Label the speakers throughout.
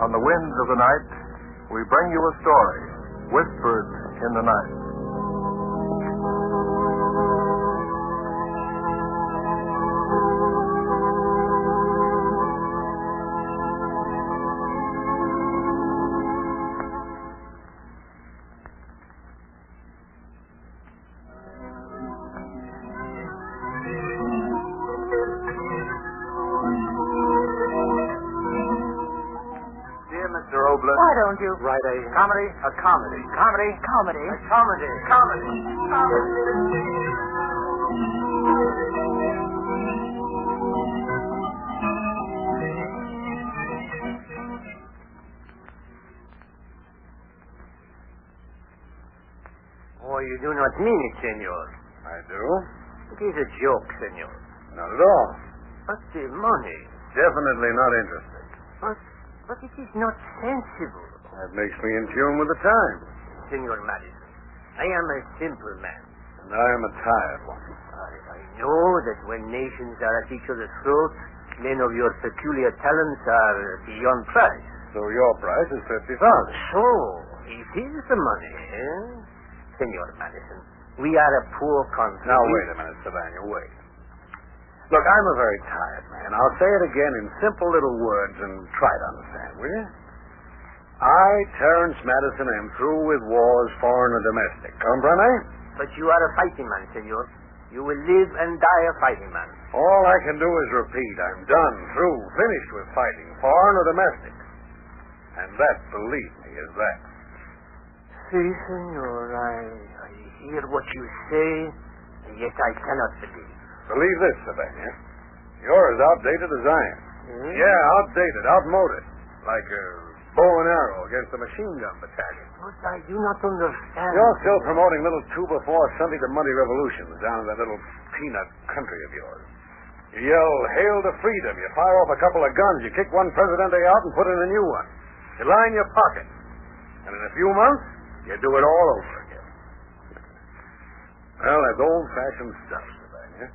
Speaker 1: on the winds of the night, we bring you a story whispered in the night.
Speaker 2: Dear Mr. Obler.
Speaker 3: Why don't you?
Speaker 2: Write a comedy. A comedy. Comedy.
Speaker 3: Comedy.
Speaker 2: A comedy. Comedy.
Speaker 4: Oh, you do not mean it, senor.
Speaker 2: I do.
Speaker 4: It is a joke, senor.
Speaker 2: Not at all.
Speaker 4: But the money.
Speaker 2: Definitely not interested.
Speaker 4: But, but it is not sensible,
Speaker 2: That makes me in tune with the times.
Speaker 4: senor Madison. I am a simple man.
Speaker 2: And I am a tired one.
Speaker 4: I, I know that when nations are at each other's throats, men of your peculiar talents are beyond price.
Speaker 2: So your price is fifty thousand.
Speaker 4: So, it is the money, eh? Senor Madison, we are a poor country.
Speaker 2: Now wait a minute, Savannah. Wait. Look, I'm a very tired man. I'll say it again in simple little words and try to understand, will you? I, Terence Madison, am through with wars, foreign and domestic. Comprende?
Speaker 4: But you are a fighting man, senor. You will live and die a fighting man.
Speaker 2: All I can do is repeat. I'm done, through, finished with fighting, foreign or domestic. And that, believe me, is that.
Speaker 4: Si, senor, I, I hear what you say, and yet I cannot believe.
Speaker 2: Believe this, Savannah. You're as outdated as I am.
Speaker 4: Eh?
Speaker 2: Yeah, outdated, outmoded. Like a bow and arrow against a machine gun battalion.
Speaker 4: But I do not understand.
Speaker 2: You're still promoting little two before Sunday to Monday revolutions down in that little peanut country of yours. You yell, hail to freedom. You fire off a couple of guns. You kick one presidente out and put in a new one. You line your pockets. And in a few months, you do it all over again. Well, that's old fashioned stuff, Savannah.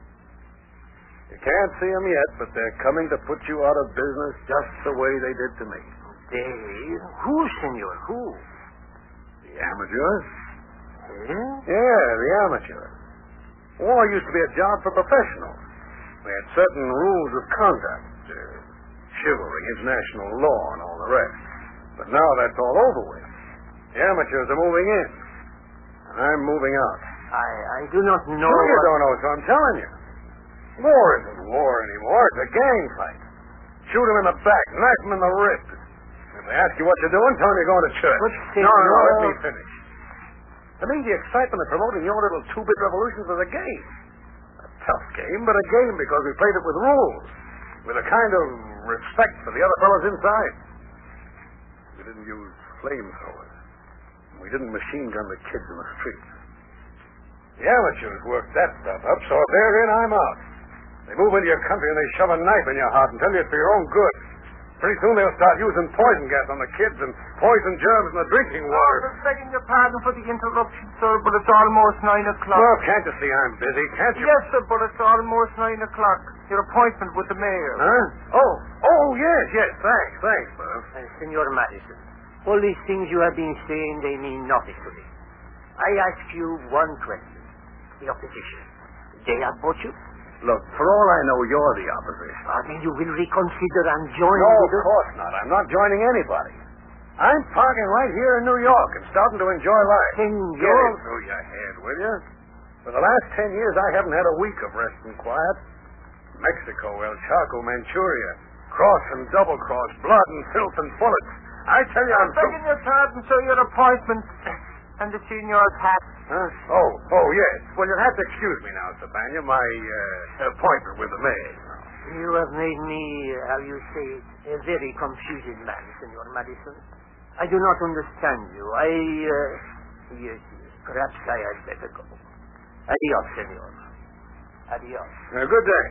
Speaker 2: You can't see 'em yet, but they're coming to put you out of business just the way they did to me.
Speaker 4: They? Who, senor? Who?
Speaker 2: The amateurs?
Speaker 4: Eh?
Speaker 2: Yeah, the amateur. War used to be a job for professionals. We had certain rules of conduct, uh, chivalry, international law, and all the rest. But now that's all over with. The amateurs are moving in, and I'm moving out.
Speaker 4: I, I do not know.
Speaker 2: sure you
Speaker 4: what-
Speaker 2: don't know, so I'm telling you. War isn't war anymore. It's a gang fight. Shoot 'em in the back, knife 'em in the ribs. If they ask you what you're doing, tell 'em you're going to church.
Speaker 4: But,
Speaker 2: no, no, no, let
Speaker 4: senor-
Speaker 2: me finish. To me, the excitement of promoting your little two-bit revolutions is a game. A tough game, but a game because we played it with rules, with a kind of respect for the other fellows inside. We didn't use flamethrowers. We didn't machine gun the kids in the streets. The amateurs work that stuff up, so if they're in, I'm out. They move into your country and they shove a knife in your heart and tell you it's for your own good. Pretty soon they'll start using poison gas on the kids and poison germs in the drinking water.
Speaker 5: I'm begging your pardon for the interruption, sir, but it's almost nine o'clock.
Speaker 2: Well, can't you see I'm busy? Can't you?
Speaker 5: Yes, sir, but it's almost nine o'clock. Your appointment with the mayor.
Speaker 2: Huh? Oh, oh, yes, yes. Thanks, thanks, Bob.
Speaker 4: Uh, senor Madison, all these things you have been saying, they mean nothing to me. I ask you one question. The opposition. They have bought you?
Speaker 2: Look, for all I know, you're the opposition.
Speaker 4: Ah, then you will reconsider and join
Speaker 2: No,
Speaker 4: with
Speaker 2: of course not. I'm not joining anybody. I'm parking right here in New York and starting to enjoy life.
Speaker 4: Senor.
Speaker 2: Get it through your head, will you? For the last ten years, I haven't had a week of rest and quiet. Mexico, El Chaco, Manchuria, cross and double cross, blood and filth and bullets. I tell you, I'm.
Speaker 5: I'm begging your pardon, sir, your appointment and the senior's hat.
Speaker 2: Huh? Oh, oh, yes. Well, you'll have to excuse me now, Savannah. My uh, appointment with the mayor.
Speaker 4: You have made me, uh, how you say it, a very confused man, Senor Madison. I do not understand you. I, uh, yes, yes, perhaps I had better go. Adios, Senor. Adios.
Speaker 2: Uh, good day.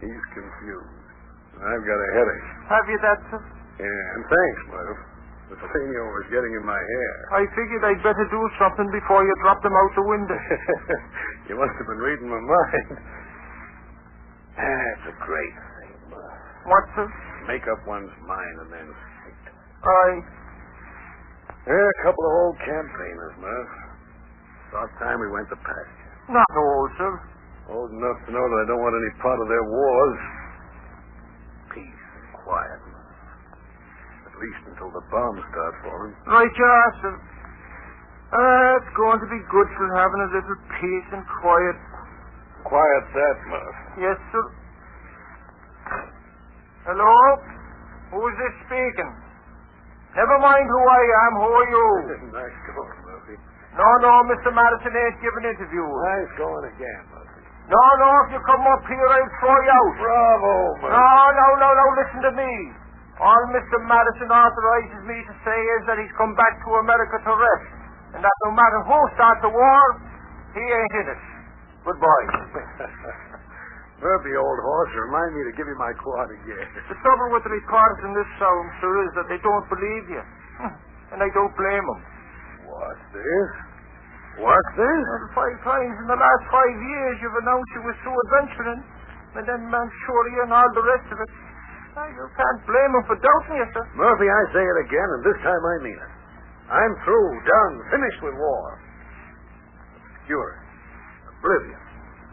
Speaker 2: He's confused. I've got a headache.
Speaker 5: Have you that, sir?
Speaker 2: Yeah, and thanks, Murph. The senior was getting in my hair.
Speaker 5: I figured I'd better do something before you drop them out the window.
Speaker 2: you must have been reading my mind. That's a great thing, Murph.
Speaker 5: Watson?
Speaker 2: Make up one's mind and then stick to it.
Speaker 5: I.
Speaker 2: Yeah, a couple of old campaigners, Murph. About time we went to pasture.
Speaker 5: Not old, sir.
Speaker 2: Old enough to know that I don't want any part of their wars. Peace and quiet. At least until the bombs start falling.
Speaker 5: Right you are, sir. Uh, it's going to be good, sir, having a little peace and quiet.
Speaker 2: Quiet that, Murph.
Speaker 5: Yes, sir. Hello? Who's this speaking? Never mind who I am, who are you?
Speaker 2: nice going, Murphy.
Speaker 5: No, no, Mr. Madison ain't giving interview.
Speaker 2: Nice going again, Murphy.
Speaker 5: No, no, if you come up here, I'll throw you out.
Speaker 2: Bravo,
Speaker 5: No,
Speaker 2: Ah!
Speaker 5: no, no, no, listen to me. All Mr. Madison authorizes me to say is that he's come back to America to rest, and that no matter who starts the war, he ain't in it. Goodbye.
Speaker 2: Murphy, old horse, remind me to give you my quad again.
Speaker 5: The trouble with the reporters in this town, sir, is that they don't believe you. And I don't blame them.
Speaker 2: What's this? What's this?
Speaker 5: Five times in the last five years you've announced you were through adventuring, and then Manchuria and all the rest of it. Now, You can't blame them for doubting you, sir.
Speaker 2: Murphy, I say it again, and this time I mean it. I'm through, done, finished with war. Obscure. Oblivion.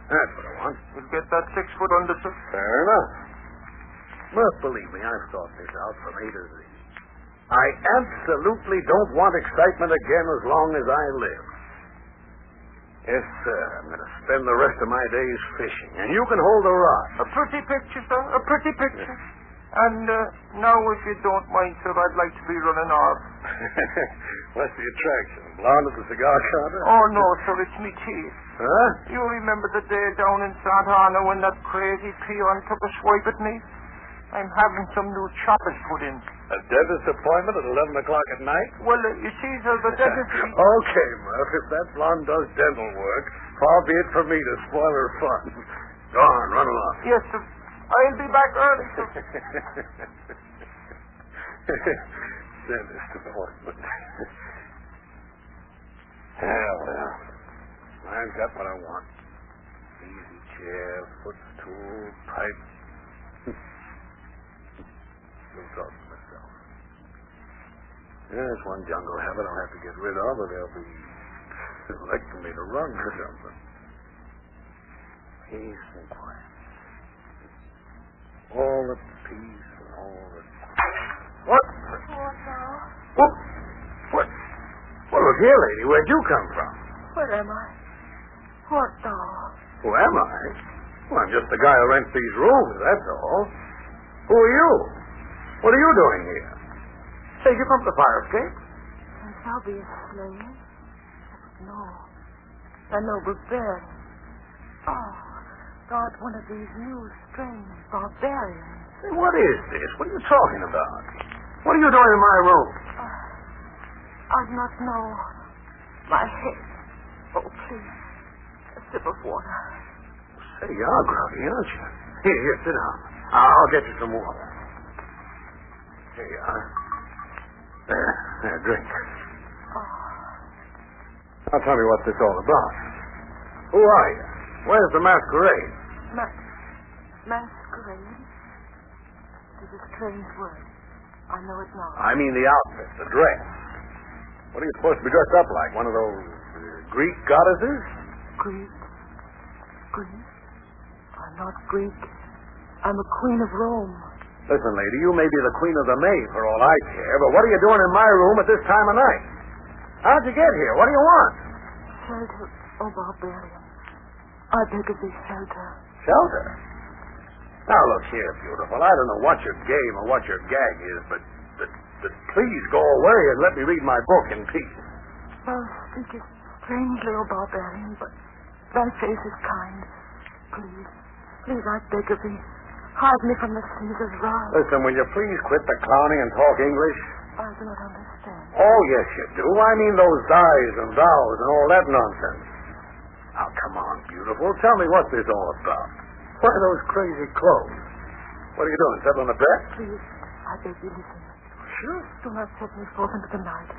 Speaker 2: That's what I want.
Speaker 5: You'll get that six foot under, sir.
Speaker 2: Fair enough. Murph, believe me, I've thought this out from A to Z. I absolutely don't want excitement again as long as I live. Yes, sir. I'm going to spend the rest of my days fishing, and you can hold a rod.
Speaker 5: A pretty picture, sir. A pretty picture. And uh, now, if you don't mind, sir, I'd like to be running off.
Speaker 2: What's the attraction? Blonde at the cigar counter?
Speaker 5: Oh, no, sir, it's me teeth.
Speaker 2: Huh?
Speaker 5: You remember the day down in Santa Ana when that crazy peon took a swipe at me? I'm having some new choppers put in.
Speaker 2: A dentist appointment at 11 o'clock at night?
Speaker 5: Well, uh, you see, sir, the dentist...
Speaker 2: okay, Murph. If that blonde does dental work, far be it for me to spoil her fun. Go on, run along.
Speaker 5: Yes, sir. I'll be back early, sir.
Speaker 2: dentist appointment. yeah, well, I've got what I want. Easy chair, footstool, pipe. Still talking to myself. There's one jungle habit I'll have to get rid of, or they'll be electing me to run for something. Peace and quiet. All the peace and all the. What? What? What? Well, look here, lady. Where'd you come from?
Speaker 3: Where am I? What now?
Speaker 2: Who am I? Well, I'm just the guy who rents these rooms, that's all. Who are you? What are you doing here? Say, you come to the fire escape?
Speaker 3: Canst thou be a slave? No. Thy noble bear. Oh, God, one of these new, strange barbarians.
Speaker 2: Say, what is this? What are you talking about? What are you doing in my room?
Speaker 3: I do not know. My head. Oh, please. A sip of water.
Speaker 2: Say, you are groggy, aren't you? Here, here, sit down. I'll get you some water. Here you are. There, there, drink. Now tell me what this all about. Who are you? Where's the masquerade?
Speaker 3: Ma- masquerade? It is a strange word. I know it now.
Speaker 2: I mean the outfit, the dress. What are you supposed to be dressed up like? One of those uh, Greek goddesses?
Speaker 3: Greek. Greek? I'm not Greek. I'm a queen of Rome.
Speaker 2: Listen, lady, you may be the queen of the May for all I care, but what are you doing in my room at this time of night? How'd you get here? What do you want?
Speaker 3: Shelter, O barbarian. I beg of thee, shelter.
Speaker 2: Shelter. Now look here, beautiful. I don't know what your game or what your gag is, but, but, but please go away and let me read my book in peace.
Speaker 3: Thou speakest strangely, O barbarian, but thy face is kind. Please, please, I beg of thee, hide me from the Caesar's wrath.
Speaker 2: Listen, will you please quit the clowning and talk English?
Speaker 3: I do not understand.
Speaker 2: Oh, yes, you do. I mean those thys and thous and all that nonsense. Now, come on, beautiful. Tell me what this all about. Why those crazy clothes? What are you doing? Settling a bet?
Speaker 3: Please, I beg thee, listen.
Speaker 2: Sure.
Speaker 3: Do not set me forth into the night.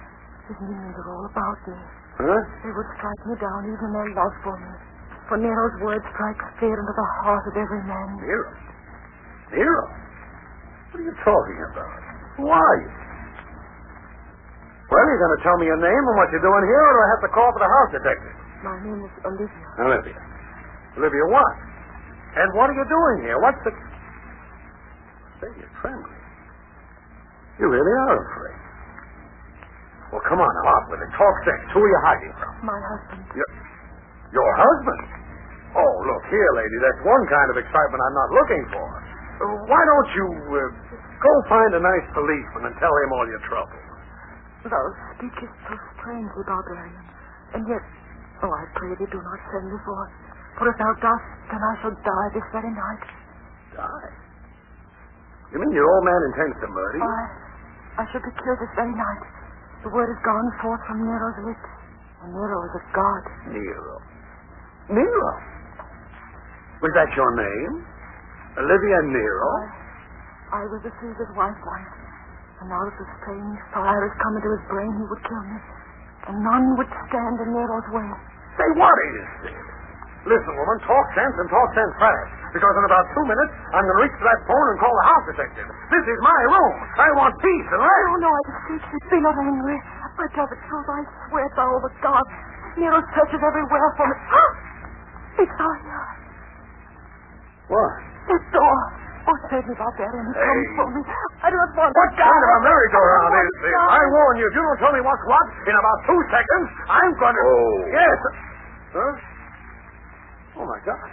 Speaker 3: His minions are all about me.
Speaker 2: Huh?
Speaker 3: They would strike me down even in their love for me. For Nero's word strikes fear into the heart of every man.
Speaker 2: Nero. Nero. What are you talking about? Who are you? Well, you're going to tell me your name and what you're doing here, or do I have to call for the house detective?
Speaker 3: My name is Olivia.
Speaker 2: Olivia. Olivia, what? And what are you doing here? What's the. Say, you're trembling. You really are afraid. Well, come on, now, out with it. Talk sense. Who are you hiding from?
Speaker 3: My husband.
Speaker 2: Your, your husband? Oh, look here, lady. That's one kind of excitement I'm not looking for. Uh, Why don't you uh, go find a nice policeman and tell him all your trouble?
Speaker 3: Thou speakest so strangely, barbarian. And yet, oh, I pray thee do not send me forth. For if thou dost, then I shall die this very night.
Speaker 2: Die. You mean your old man intends to murder you?
Speaker 3: I, I shall be killed this very night. The word has gone forth from Nero's lips. And Nero is a god.
Speaker 2: Nero. Nero? Was that your name? Olivia Nero?
Speaker 3: I, I was a Caesar's wife once. And now that the strange fire has come into his brain, he would kill me. And none would stand in Nero's way.
Speaker 2: Say, what is this? Listen, woman, talk sense and talk sense fast. Because in about two minutes, I'm going to reach for that phone and call the house detective. This is my room. I want peace and rest.
Speaker 3: No, no, I beseech thee, be not angry. I tell the truth, I swear it by all the gods. Nero searches everywhere for me. it's our yard.
Speaker 2: What?
Speaker 3: His door. Oh, save me, barbarian. He
Speaker 2: Hey.
Speaker 3: comes for me. I do not want
Speaker 2: What
Speaker 3: to
Speaker 2: kind of
Speaker 3: die.
Speaker 2: a merry-go-round
Speaker 3: I don't
Speaker 2: is
Speaker 3: want to
Speaker 2: this?
Speaker 3: die.
Speaker 2: I warn you, if you don't tell me what's what, in about two seconds, I'm going to.
Speaker 1: Oh.
Speaker 2: Yes. Huh? Oh, my God.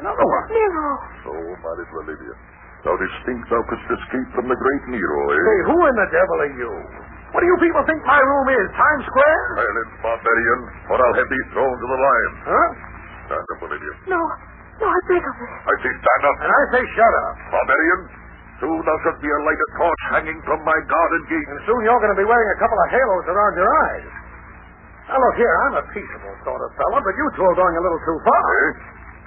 Speaker 2: Another one.
Speaker 3: Nero.
Speaker 1: So, my little Olivia, thou didst think thou couldst escape from the great Nero, eh?
Speaker 2: Say, who in the devil are you? What do you people think my room is? Times Square?
Speaker 1: Silent barbarian, or I'll have thee thrown to the lions.
Speaker 2: Huh?
Speaker 1: Stand up, Olivia.
Speaker 3: No, no, I beg of thee.
Speaker 1: I say stand up.
Speaker 2: And I say shut up.
Speaker 1: Barbarian, soon thou shalt be a lighted torch hanging from my garden gate.
Speaker 2: And soon you're going to be wearing a couple of halos around your eyes. Now, look here, I'm a peaceable sort of fellow, but you two are going a little too far.
Speaker 1: Eh?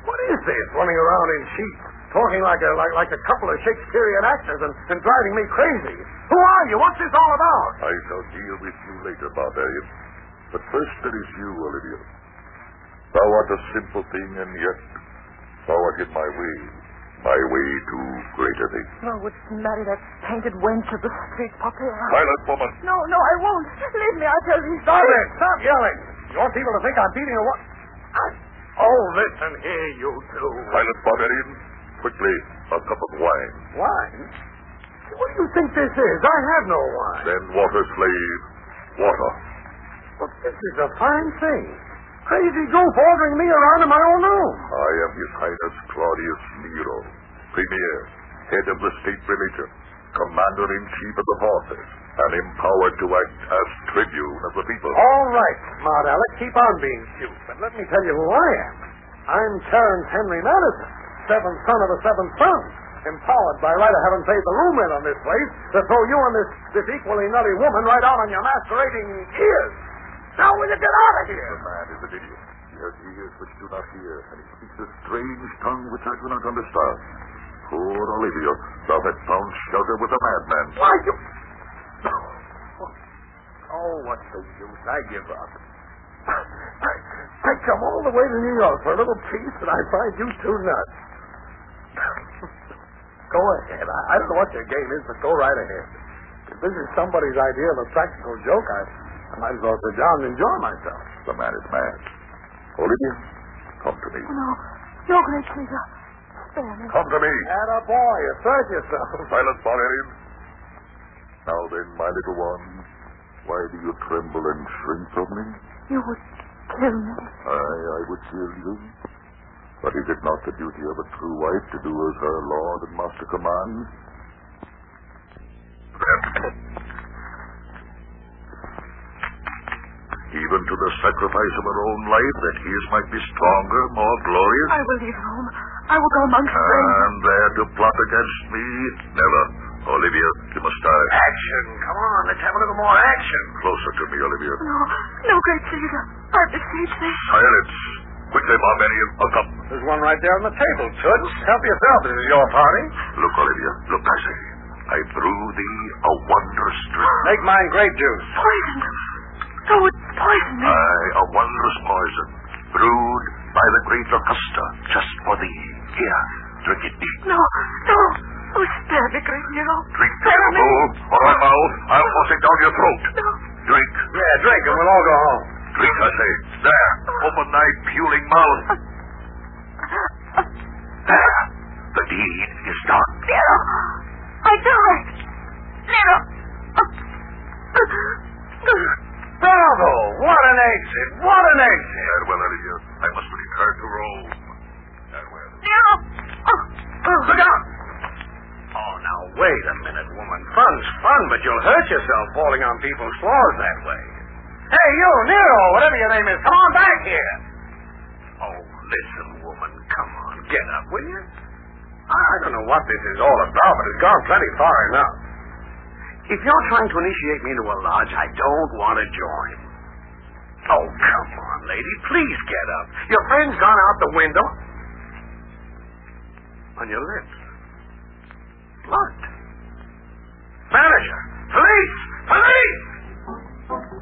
Speaker 2: What is this, running around in sheets, talking like a, like, like a couple of Shakespearean actors and, and driving me crazy? Who are you? What's this all about?
Speaker 1: I shall deal with you later, barbarian. But first there is you, Olivia. Thou art a simple thing, and yet thou art in my way, my way to greater things.
Speaker 3: No, wouldst marry that painted wench of the street, Popera.
Speaker 1: Silent woman,
Speaker 3: No, no, I won't. Leave me, I tell thee.
Speaker 2: Stop it! Stop yelling! You want people to think I'm beating a what? Oh, listen here, you two.
Speaker 1: silent barbarian, quickly a cup of wine.
Speaker 2: Wine? What do you think this is? I have no wine.
Speaker 1: Then water, slave, water.
Speaker 2: Well, this is a fine thing. Crazy goof ordering me around in my own room.
Speaker 1: I am His Highness Claudius Nero, Premier, Head of the State Religion, Commander in Chief of the Forces, and empowered to act as Tribune of the people.
Speaker 2: All right, smart Alec, keep on being cute. But let me tell you who I am. I'm Terence Henry Madison, seventh son of the seventh son, empowered by right of having paid the room rent on this place to throw you and this, this equally nutty woman right out on your masquerading ears. Now will you get out of here?
Speaker 1: The man is an idiot. He has ears which do not hear, and he speaks a strange tongue which I do not understand. Poor Olivia, thou hast found shelter with a madman.
Speaker 2: Why, you... Oh, what's the use? I give up. I come all the way to New York for a little peace, and I find you two nuts. go ahead. I, I don't know what your game is, but go right ahead. If this is somebody's idea of a practical joke, I, I might as well sit down and enjoy myself.
Speaker 1: The man is mad. Olivia, come to me.
Speaker 3: No, no, great Caesar. Spare me.
Speaker 1: Come to me.
Speaker 2: Had a boy, assert yourself.
Speaker 1: Silence, barbarian. Now then, my little one, why do you tremble and shrink from me?
Speaker 3: You would kill me.
Speaker 1: Aye, I would kill you. But is it not the duty of a true wife to do as her lord and master commands? Even to the sacrifice of her own life, that his might be stronger, more glorious?
Speaker 3: I will leave home. I will go among
Speaker 2: Uh,
Speaker 3: strangers.
Speaker 1: And there to plot against me? Never. Olivia, you must die.
Speaker 2: Action. Come on, let's have a little more action.
Speaker 1: Closer to me, Olivia.
Speaker 3: No, no, great Caesar. I beseech thee.
Speaker 1: Silence. Quickly, barbarian, a cup.
Speaker 2: There's one right there on the table, Toots. Help yourself. This is your party.
Speaker 1: Look, Olivia, look, I say. I brew thee a wondrous drink.
Speaker 2: Make mine grape juice.
Speaker 3: Poisoned. Thou wouldst poison me.
Speaker 1: Aye, a wondrous poison, brewed by the great Augusta, just for thee. Here, drink it deep.
Speaker 3: No, no. Oh, spare badly, Greg, you know.
Speaker 1: Drink this
Speaker 3: Tell me.
Speaker 1: bowl, or I'm out. I'll force it down your throat.
Speaker 3: No.
Speaker 1: Drink,
Speaker 2: Yeah, drink, and we'll all go home.
Speaker 1: drink, I say. There, open thy puling mouth. There, the deed is done.
Speaker 3: Nero. I died. Nero.
Speaker 2: Bravo! What an exit! What an exit!
Speaker 1: Farewell, Olivia. I must return to Rome. Farewell.
Speaker 3: Nero.
Speaker 2: Look out! Oh, now, wait a minute, woman. Fun's fun, but you'll hurt yourself falling on people's floors that way. Hey, you, Nero, whatever your name is, come on back here. Oh, listen, woman, come on, get up, will you? I, I don't know what this is all about, but it's gone plenty far enough. If you're trying to initiate me into a lodge, I don't want to join. Oh, come on, lady, please get up. Your friend's gone out the window. On your lips. Blood. Manager! Police! Police!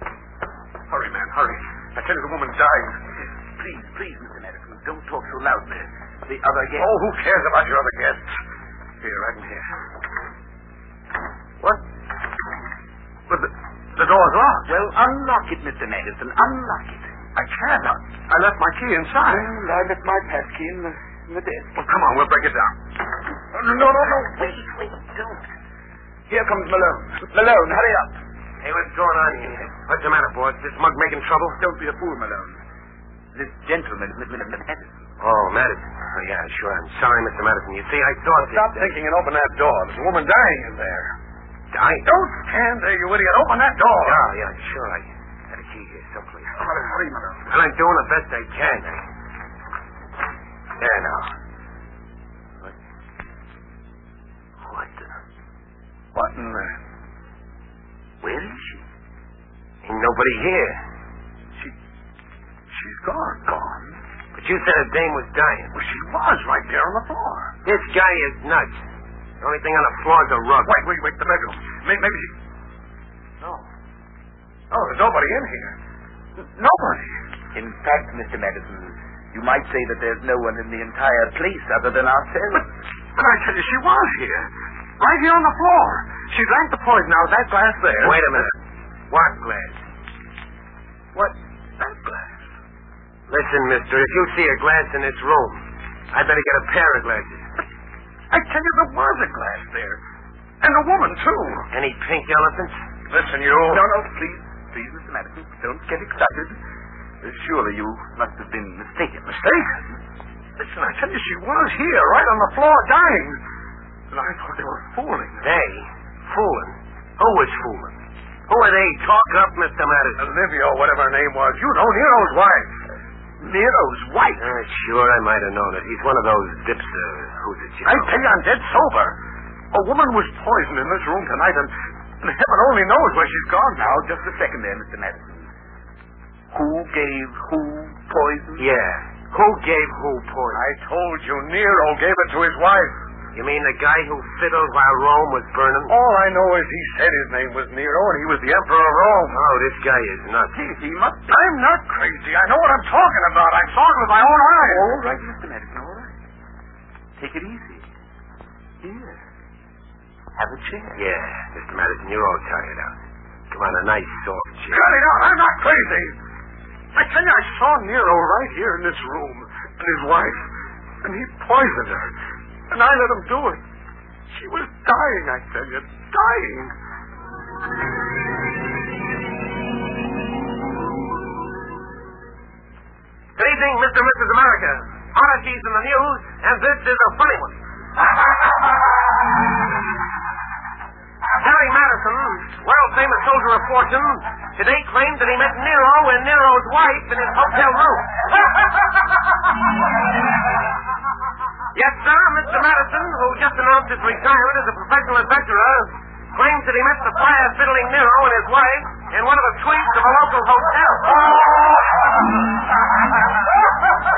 Speaker 2: Hurry, man, hurry. I tell you the woman died.
Speaker 4: Please, please, Mr. Madison, don't talk so loud there. The other guest.
Speaker 2: Oh, who cares about your other guests? Here, right in here. What? But the, the door's locked.
Speaker 4: Well, unlock it, Mr. Madison. Unlock it.
Speaker 2: I can't. I, I left my key inside.
Speaker 4: I left my passkey in the, in the desk.
Speaker 2: Well, come on, we'll break it down. No, no, no.
Speaker 4: Wait, wait, don't.
Speaker 2: Here comes Malone. Malone, hurry up.
Speaker 5: Hey, what's going on here?
Speaker 2: What's the matter, boys? This mug making trouble?
Speaker 5: Don't be a fool, Malone.
Speaker 4: This gentleman, Mr. Madison.
Speaker 5: Oh, Madison. Oh, yeah, sure. I'm sorry, Mr. Madison. You see, I thought
Speaker 2: Stop thinking and open that door. There's a woman dying in there.
Speaker 5: I
Speaker 2: Don't stand there, you idiot. Open that door.
Speaker 5: Yeah, yeah, sure. I had a key here someplace.
Speaker 2: Hurry, Malone.
Speaker 5: Well, I'm doing the best I can. I... There now. What? What the...
Speaker 2: What in the...
Speaker 5: Where is she? Ain't nobody here.
Speaker 2: She, she's gone. Gone?
Speaker 5: But you said a dame was dying.
Speaker 2: Well, she was right there on the floor.
Speaker 5: This guy is nuts. The only thing on the floor is a rug.
Speaker 2: Wait, wait, wait. The bedroom. Maybe, maybe she... No. No, there's nobody in here. N- nobody.
Speaker 4: In fact, Mr. Madison, you might say that there's no one in the entire place other than
Speaker 2: But,
Speaker 4: ourselves.
Speaker 2: but I tell you, she was here. Right here on the floor. She drank the poison out of that glass there.
Speaker 5: Wait a minute. What glass?
Speaker 2: What? That glass.
Speaker 5: Listen, mister, if you see a glass in this room, I better get a pair of glasses.
Speaker 2: I tell you, there was a glass there. And a woman, too.
Speaker 5: Any pink elephants?
Speaker 2: Listen, you.
Speaker 4: No, no, please, please, Mr. Madison, don't get excited. Uh, Surely you must have been mistaken.
Speaker 2: Mistaken? Listen, I tell you, she was here, right on the floor, dying. And I thought they were fooling.
Speaker 5: They? Fooling? Who was fooling? Who are they? Talk up, Mr. Madison.
Speaker 2: Olivia, or whatever her name was, you know Nero's wife. Nero's wife?
Speaker 5: Uh, sure, I might have known it. He's one of those dipster who's it, you
Speaker 2: I
Speaker 5: know.
Speaker 2: tell you, I'm dead sober. A woman was poisoned in this room tonight, and, and heaven only knows where she's gone now.
Speaker 4: Now, just a second there, Mr. Madison. Who gave who poison?
Speaker 5: Yeah. Who gave who poison?
Speaker 2: I told you, Nero gave it to his wife.
Speaker 5: You mean the guy who fiddled while Rome was burning?
Speaker 2: All I know is he said his name was Nero, and he was the Emperor of Rome.
Speaker 5: Oh, this guy is nuts.
Speaker 4: Gee, he must be.
Speaker 2: I'm not crazy. I know what I'm talking about. I saw it with my own eyes.
Speaker 4: All right, Mr. Madison, all right. Take it easy. Here. Have a chair.
Speaker 5: Yeah, Mr. Madison, you're all tired out. Come on, a nice soft
Speaker 2: Cut
Speaker 5: chair.
Speaker 2: it out. I'm not crazy. I tell you, I saw Nero right here in this room, and his wife, and he poisoned her, and I let him do it. She was dying, I tell you, dying.
Speaker 5: Good evening, Mr. and Mrs. America. Odysseys in the news, and this is a funny one. Harry Madison, world famous soldier of fortune, today claimed that he met Nero and Nero's wife in his hotel room. yes, sir, Mr. Madison, who just announced his retirement as a professional adventurer, claims that he met the fire fiddling Nero and his wife in one of the suites of a local hotel.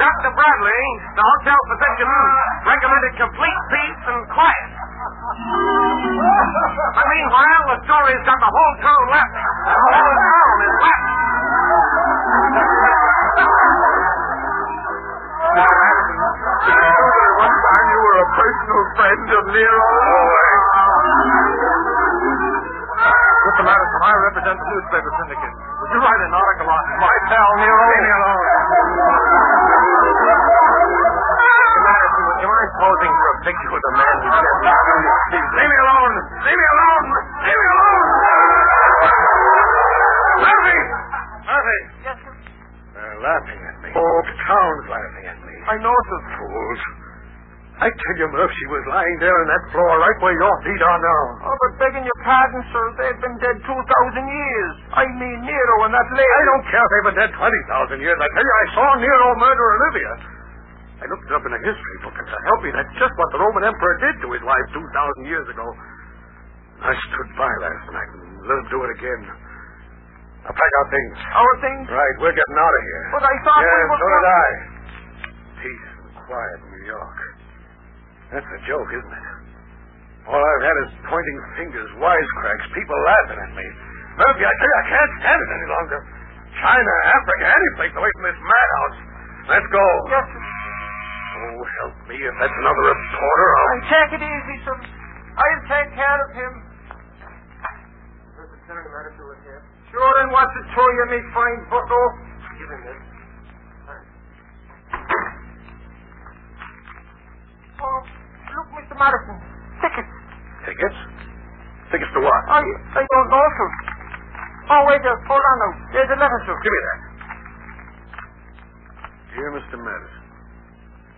Speaker 5: Dr. Bradley, the hotel physician, recommended complete peace and quiet. But meanwhile, the story's got the whole town laughing. The whole town is laughing.
Speaker 1: friend of Nero.
Speaker 5: Mr. Madison, I represent the newspaper syndicate. Would you write an article on my pal Nero? Leave me alone. Mr. Madison, would you mind posing for a picture with the man who said Leave me alone. Leave me alone. Leave me alone. Murphy! Murphy!
Speaker 6: Yes, sir.
Speaker 2: They're Uh, laughing at me. Oh, town's laughing at me.
Speaker 5: I know the
Speaker 2: Fools. I tell you, Murph, she was lying there on that floor right where your feet are now.
Speaker 5: Oh, but begging your pardon, sir, they've been dead 2,000 years. I mean Nero and that lady.
Speaker 2: I don't care if they've been dead 20,000 years. I tell you, I saw Nero murder Olivia. I looked it up in a history book, and to help me, that's just what the Roman emperor did to his wife 2,000 years ago. I stood by last night and let him do it again. Now, pack our things.
Speaker 5: Our thing?
Speaker 2: Right, we're getting out of here.
Speaker 5: But I thought we
Speaker 2: yeah,
Speaker 5: were...
Speaker 2: so did I. Peace and quiet in New York. That's a joke, isn't it? All I've had is pointing fingers, wisecracks, people laughing at me. Murphy, I tell you, I can't stand it any longer. China, Africa, any place away from this madhouse. Let's go.
Speaker 5: Yes, sir.
Speaker 2: Oh, help me. If that's another reporter,
Speaker 5: I
Speaker 2: I'll...
Speaker 5: take it easy, sir. I'll take care of him.
Speaker 4: Does it turn matter to us here?
Speaker 5: Sure, and what's it to you, me fine bucko?
Speaker 4: Give him this.
Speaker 5: Oh, look, Mr. Madison. Tickets.
Speaker 2: Tickets? Tickets to what?
Speaker 5: I, I don't know, sir. Oh, wait, there. Hold on now. There's a letter, sir.
Speaker 2: Give me that. Dear Mr. Madison,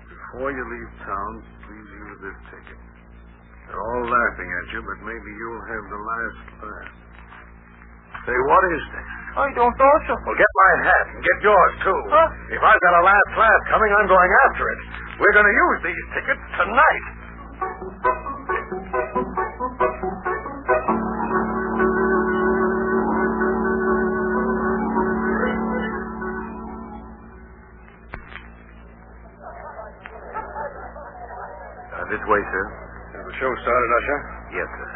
Speaker 2: before you leave town, please use this ticket. They're all laughing at you, but maybe you'll have the last laugh. Say, what is this?
Speaker 5: I don't know, sir.
Speaker 2: Well, get my hat and get yours, too.
Speaker 5: Huh?
Speaker 2: If I've got a last laugh coming, I'm going after it. We're going to use these tickets tonight.
Speaker 7: Uh, this way, sir.
Speaker 2: Has the show started, Usher?
Speaker 7: Yes, sir.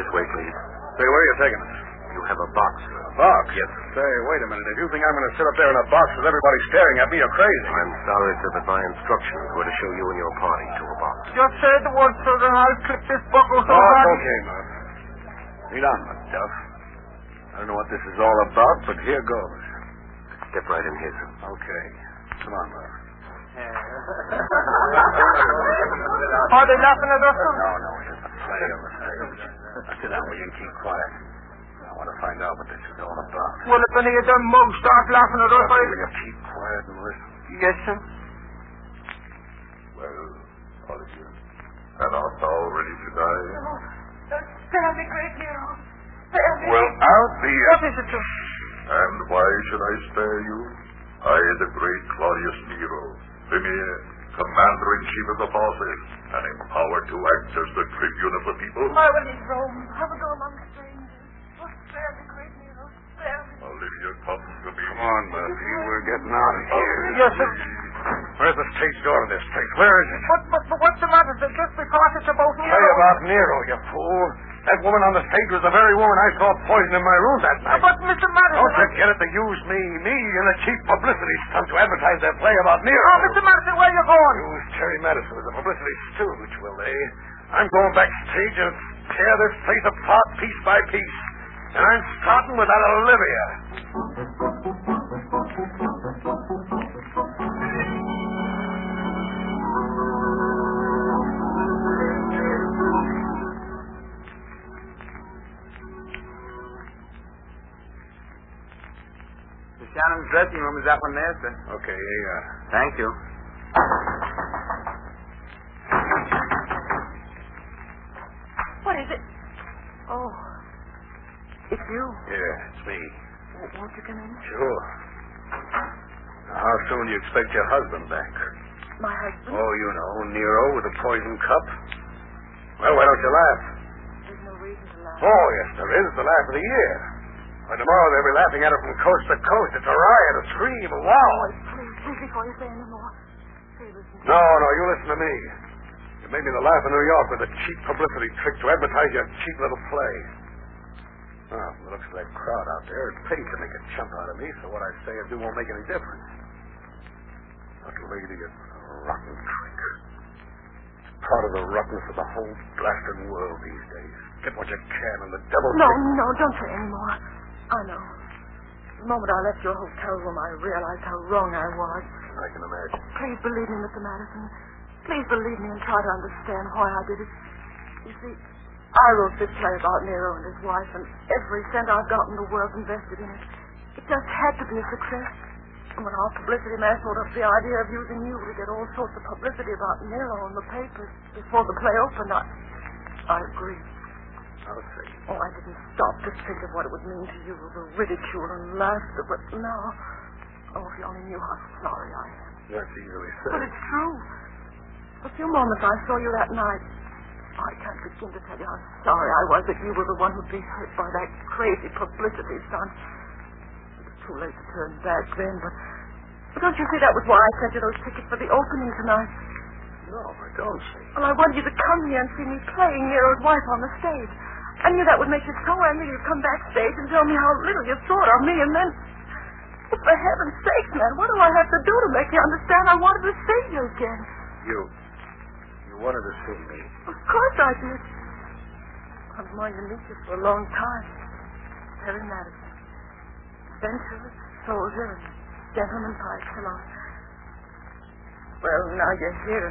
Speaker 7: This way, please.
Speaker 2: Say, where are you taking us?
Speaker 7: You have a box, sir.
Speaker 2: A box?
Speaker 7: Yes.
Speaker 2: Say, wait a minute. If you think I'm going to sit up there in a box with everybody staring at me, you're crazy.
Speaker 7: I'm sorry, sir, but my instructions were to show you and your party to a box.
Speaker 5: Just say the word, sir, and I'll clip this buckle
Speaker 2: Oh,
Speaker 5: so
Speaker 2: it's
Speaker 5: hard.
Speaker 2: okay, Murph. Lead on, Duff. I don't know what this is all about, but here goes.
Speaker 7: Step right in here, sir.
Speaker 2: Okay. Come on, Murph.
Speaker 5: Are they laughing at us, sir?
Speaker 2: No, no, it isn't. Play on the stage. Now, sit down where you can keep quiet. I want to find out what this is all about.
Speaker 5: Well, if any of them mugs start laughing at us, I...
Speaker 2: Will you keep quiet and listen?
Speaker 5: Yes, sir.
Speaker 1: Well, all of you. And art thou ready to die?
Speaker 3: Spare me, great Nero. Spare me.
Speaker 1: Well, I'll be
Speaker 5: What is it, sir?
Speaker 1: And why should I spare you? I, the great Claudius Nero, premier, commander in chief of the forces, and empowered to act as the tribune of the people.
Speaker 3: I will leave Rome. I will go among strangers. Oh, spare me, great Nero. Spare me.
Speaker 1: Olivia, come to me.
Speaker 2: Come on, Murphy. We're getting out of here.
Speaker 5: Yes, sir.
Speaker 2: Where's the stage door to this place? Where is it?
Speaker 5: But, but, but what's the matter? They just because it's about me.
Speaker 2: Say about Nero, you fool. That woman on the stage was the very woman I saw poisoning my room that night.
Speaker 5: But, Mr. Madison...
Speaker 2: Don't
Speaker 5: I-
Speaker 2: you get it? They use me, me, in a cheap publicity stunt to advertise their play about Nero.
Speaker 5: Oh, Mr. Madison, where you going?
Speaker 2: Use Terry Madison as a publicity stooge, will they? I'm going backstage and tear this place apart piece by piece. And I'm starting with that Olivia.
Speaker 4: The Shannon's dressing room is that one there, sir.
Speaker 2: Okay, uh,
Speaker 4: Thank you.
Speaker 3: What is it? Oh, it's you.
Speaker 2: yeah, it's me.
Speaker 3: Won't you come in?
Speaker 2: Sure. How soon do you expect your husband back?
Speaker 3: My husband.
Speaker 2: Oh, you know, Nero with a poison cup. Well, why don't you laugh?
Speaker 3: There's no reason to laugh.
Speaker 2: Oh, yes, there is. It's the laugh of the year. By tomorrow, they'll be laughing at it from coast to coast. It's a riot, a scream, a wow.
Speaker 3: Boy, please, please, before you say any more. Say, listen.
Speaker 2: No, no, you listen to me. You made me the laugh of New York with a cheap publicity trick to advertise your cheap little play. Oh, from the looks of that crowd out there, it's paid to make a chump out of me, so what I say or do won't make any difference. But, lady, it's a rotten trick. proud of the rottenness of the whole blasted world these days. Get what you can, and the devil.
Speaker 3: No, no, don't say any more. I know. The moment I left your hotel room, I realized how wrong I was.
Speaker 2: I can imagine.
Speaker 3: Please believe me, Mr. Madison. Please believe me and try to understand why I did it. You see, I wrote this play about Nero and his wife, and every cent I've got in the world invested in it. It just had to be a success. And when our publicity man thought up the idea of using you to get all sorts of publicity about Nero in the papers before the play opened, I, I agreed.
Speaker 2: I'll see.
Speaker 3: Oh, I didn't stop to think of what it would mean to you, the ridicule and laughter, but now... Oh, if you only knew how sorry I am.
Speaker 2: That's easily said.
Speaker 3: But it's true. A few moments I saw you that night. I can't begin to tell you how sorry I was that you were the one who'd be hurt by that crazy publicity stunt. It was too late to turn back then, but... but Don't you see that was why I sent you those tickets for the opening tonight?
Speaker 2: No, I don't see.
Speaker 3: Well, I wanted you to come here and see me playing Nero's wife on the stage. I knew that would make you so angry you'd come backstage and tell me how little you thought of me, and then... But for heaven's sake, man, what do I have to do to make you understand I wanted to see you again?
Speaker 2: You. You wanted to see me.
Speaker 3: Of course I did. I've wanted to meet you for a long time. Perry Madison. Adventurer, soldier, and gentleman by excellence. Well, now you're here.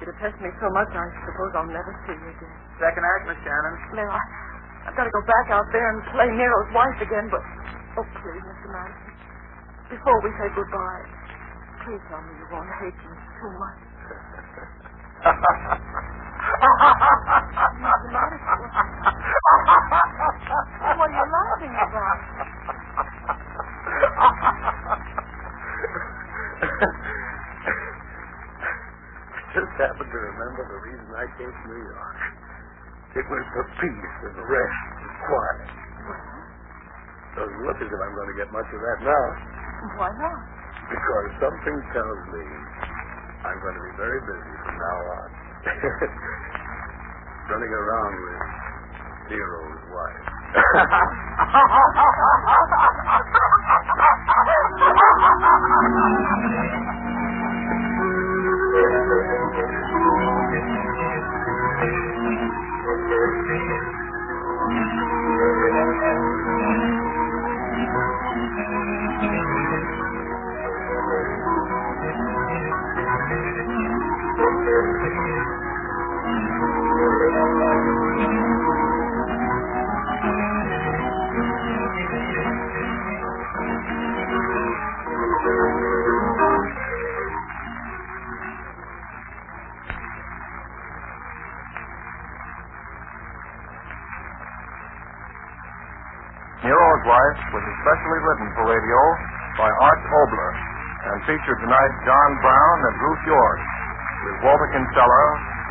Speaker 3: You detest me so much, I suppose I'll never see you again.
Speaker 5: Second act, Miss Shannon.
Speaker 3: Now, I, I've got to go back out there and play Nero's wife again, but... Oh, please, Mr. Madison. Before we say goodbye, please tell me you won't hate me too much. Mr. Madison, what are you laughing about?
Speaker 2: I just happened to remember the reason I came to New York. It was for peace and rest and quiet. Doesn't look as if I'm going to get much of that now,
Speaker 3: Why not?
Speaker 2: because something tells me I'm going to be very busy from now on. Running around with Nero's wife.
Speaker 6: Nero's Wife was especially written for radio by Art Obler and featured tonight John Brown and Ruth York with Walter Kinsella,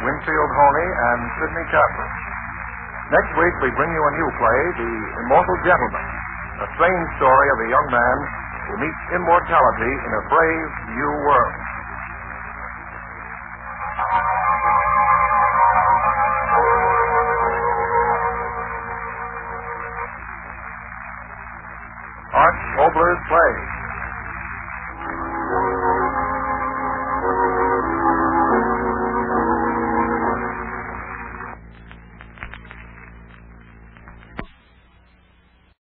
Speaker 6: Winfield Honey, and Sidney Chapman. Next week, we bring you a new play, The Immortal Gentleman, a strange story of a young man who meets immortality in a brave new world. Art Obler's play.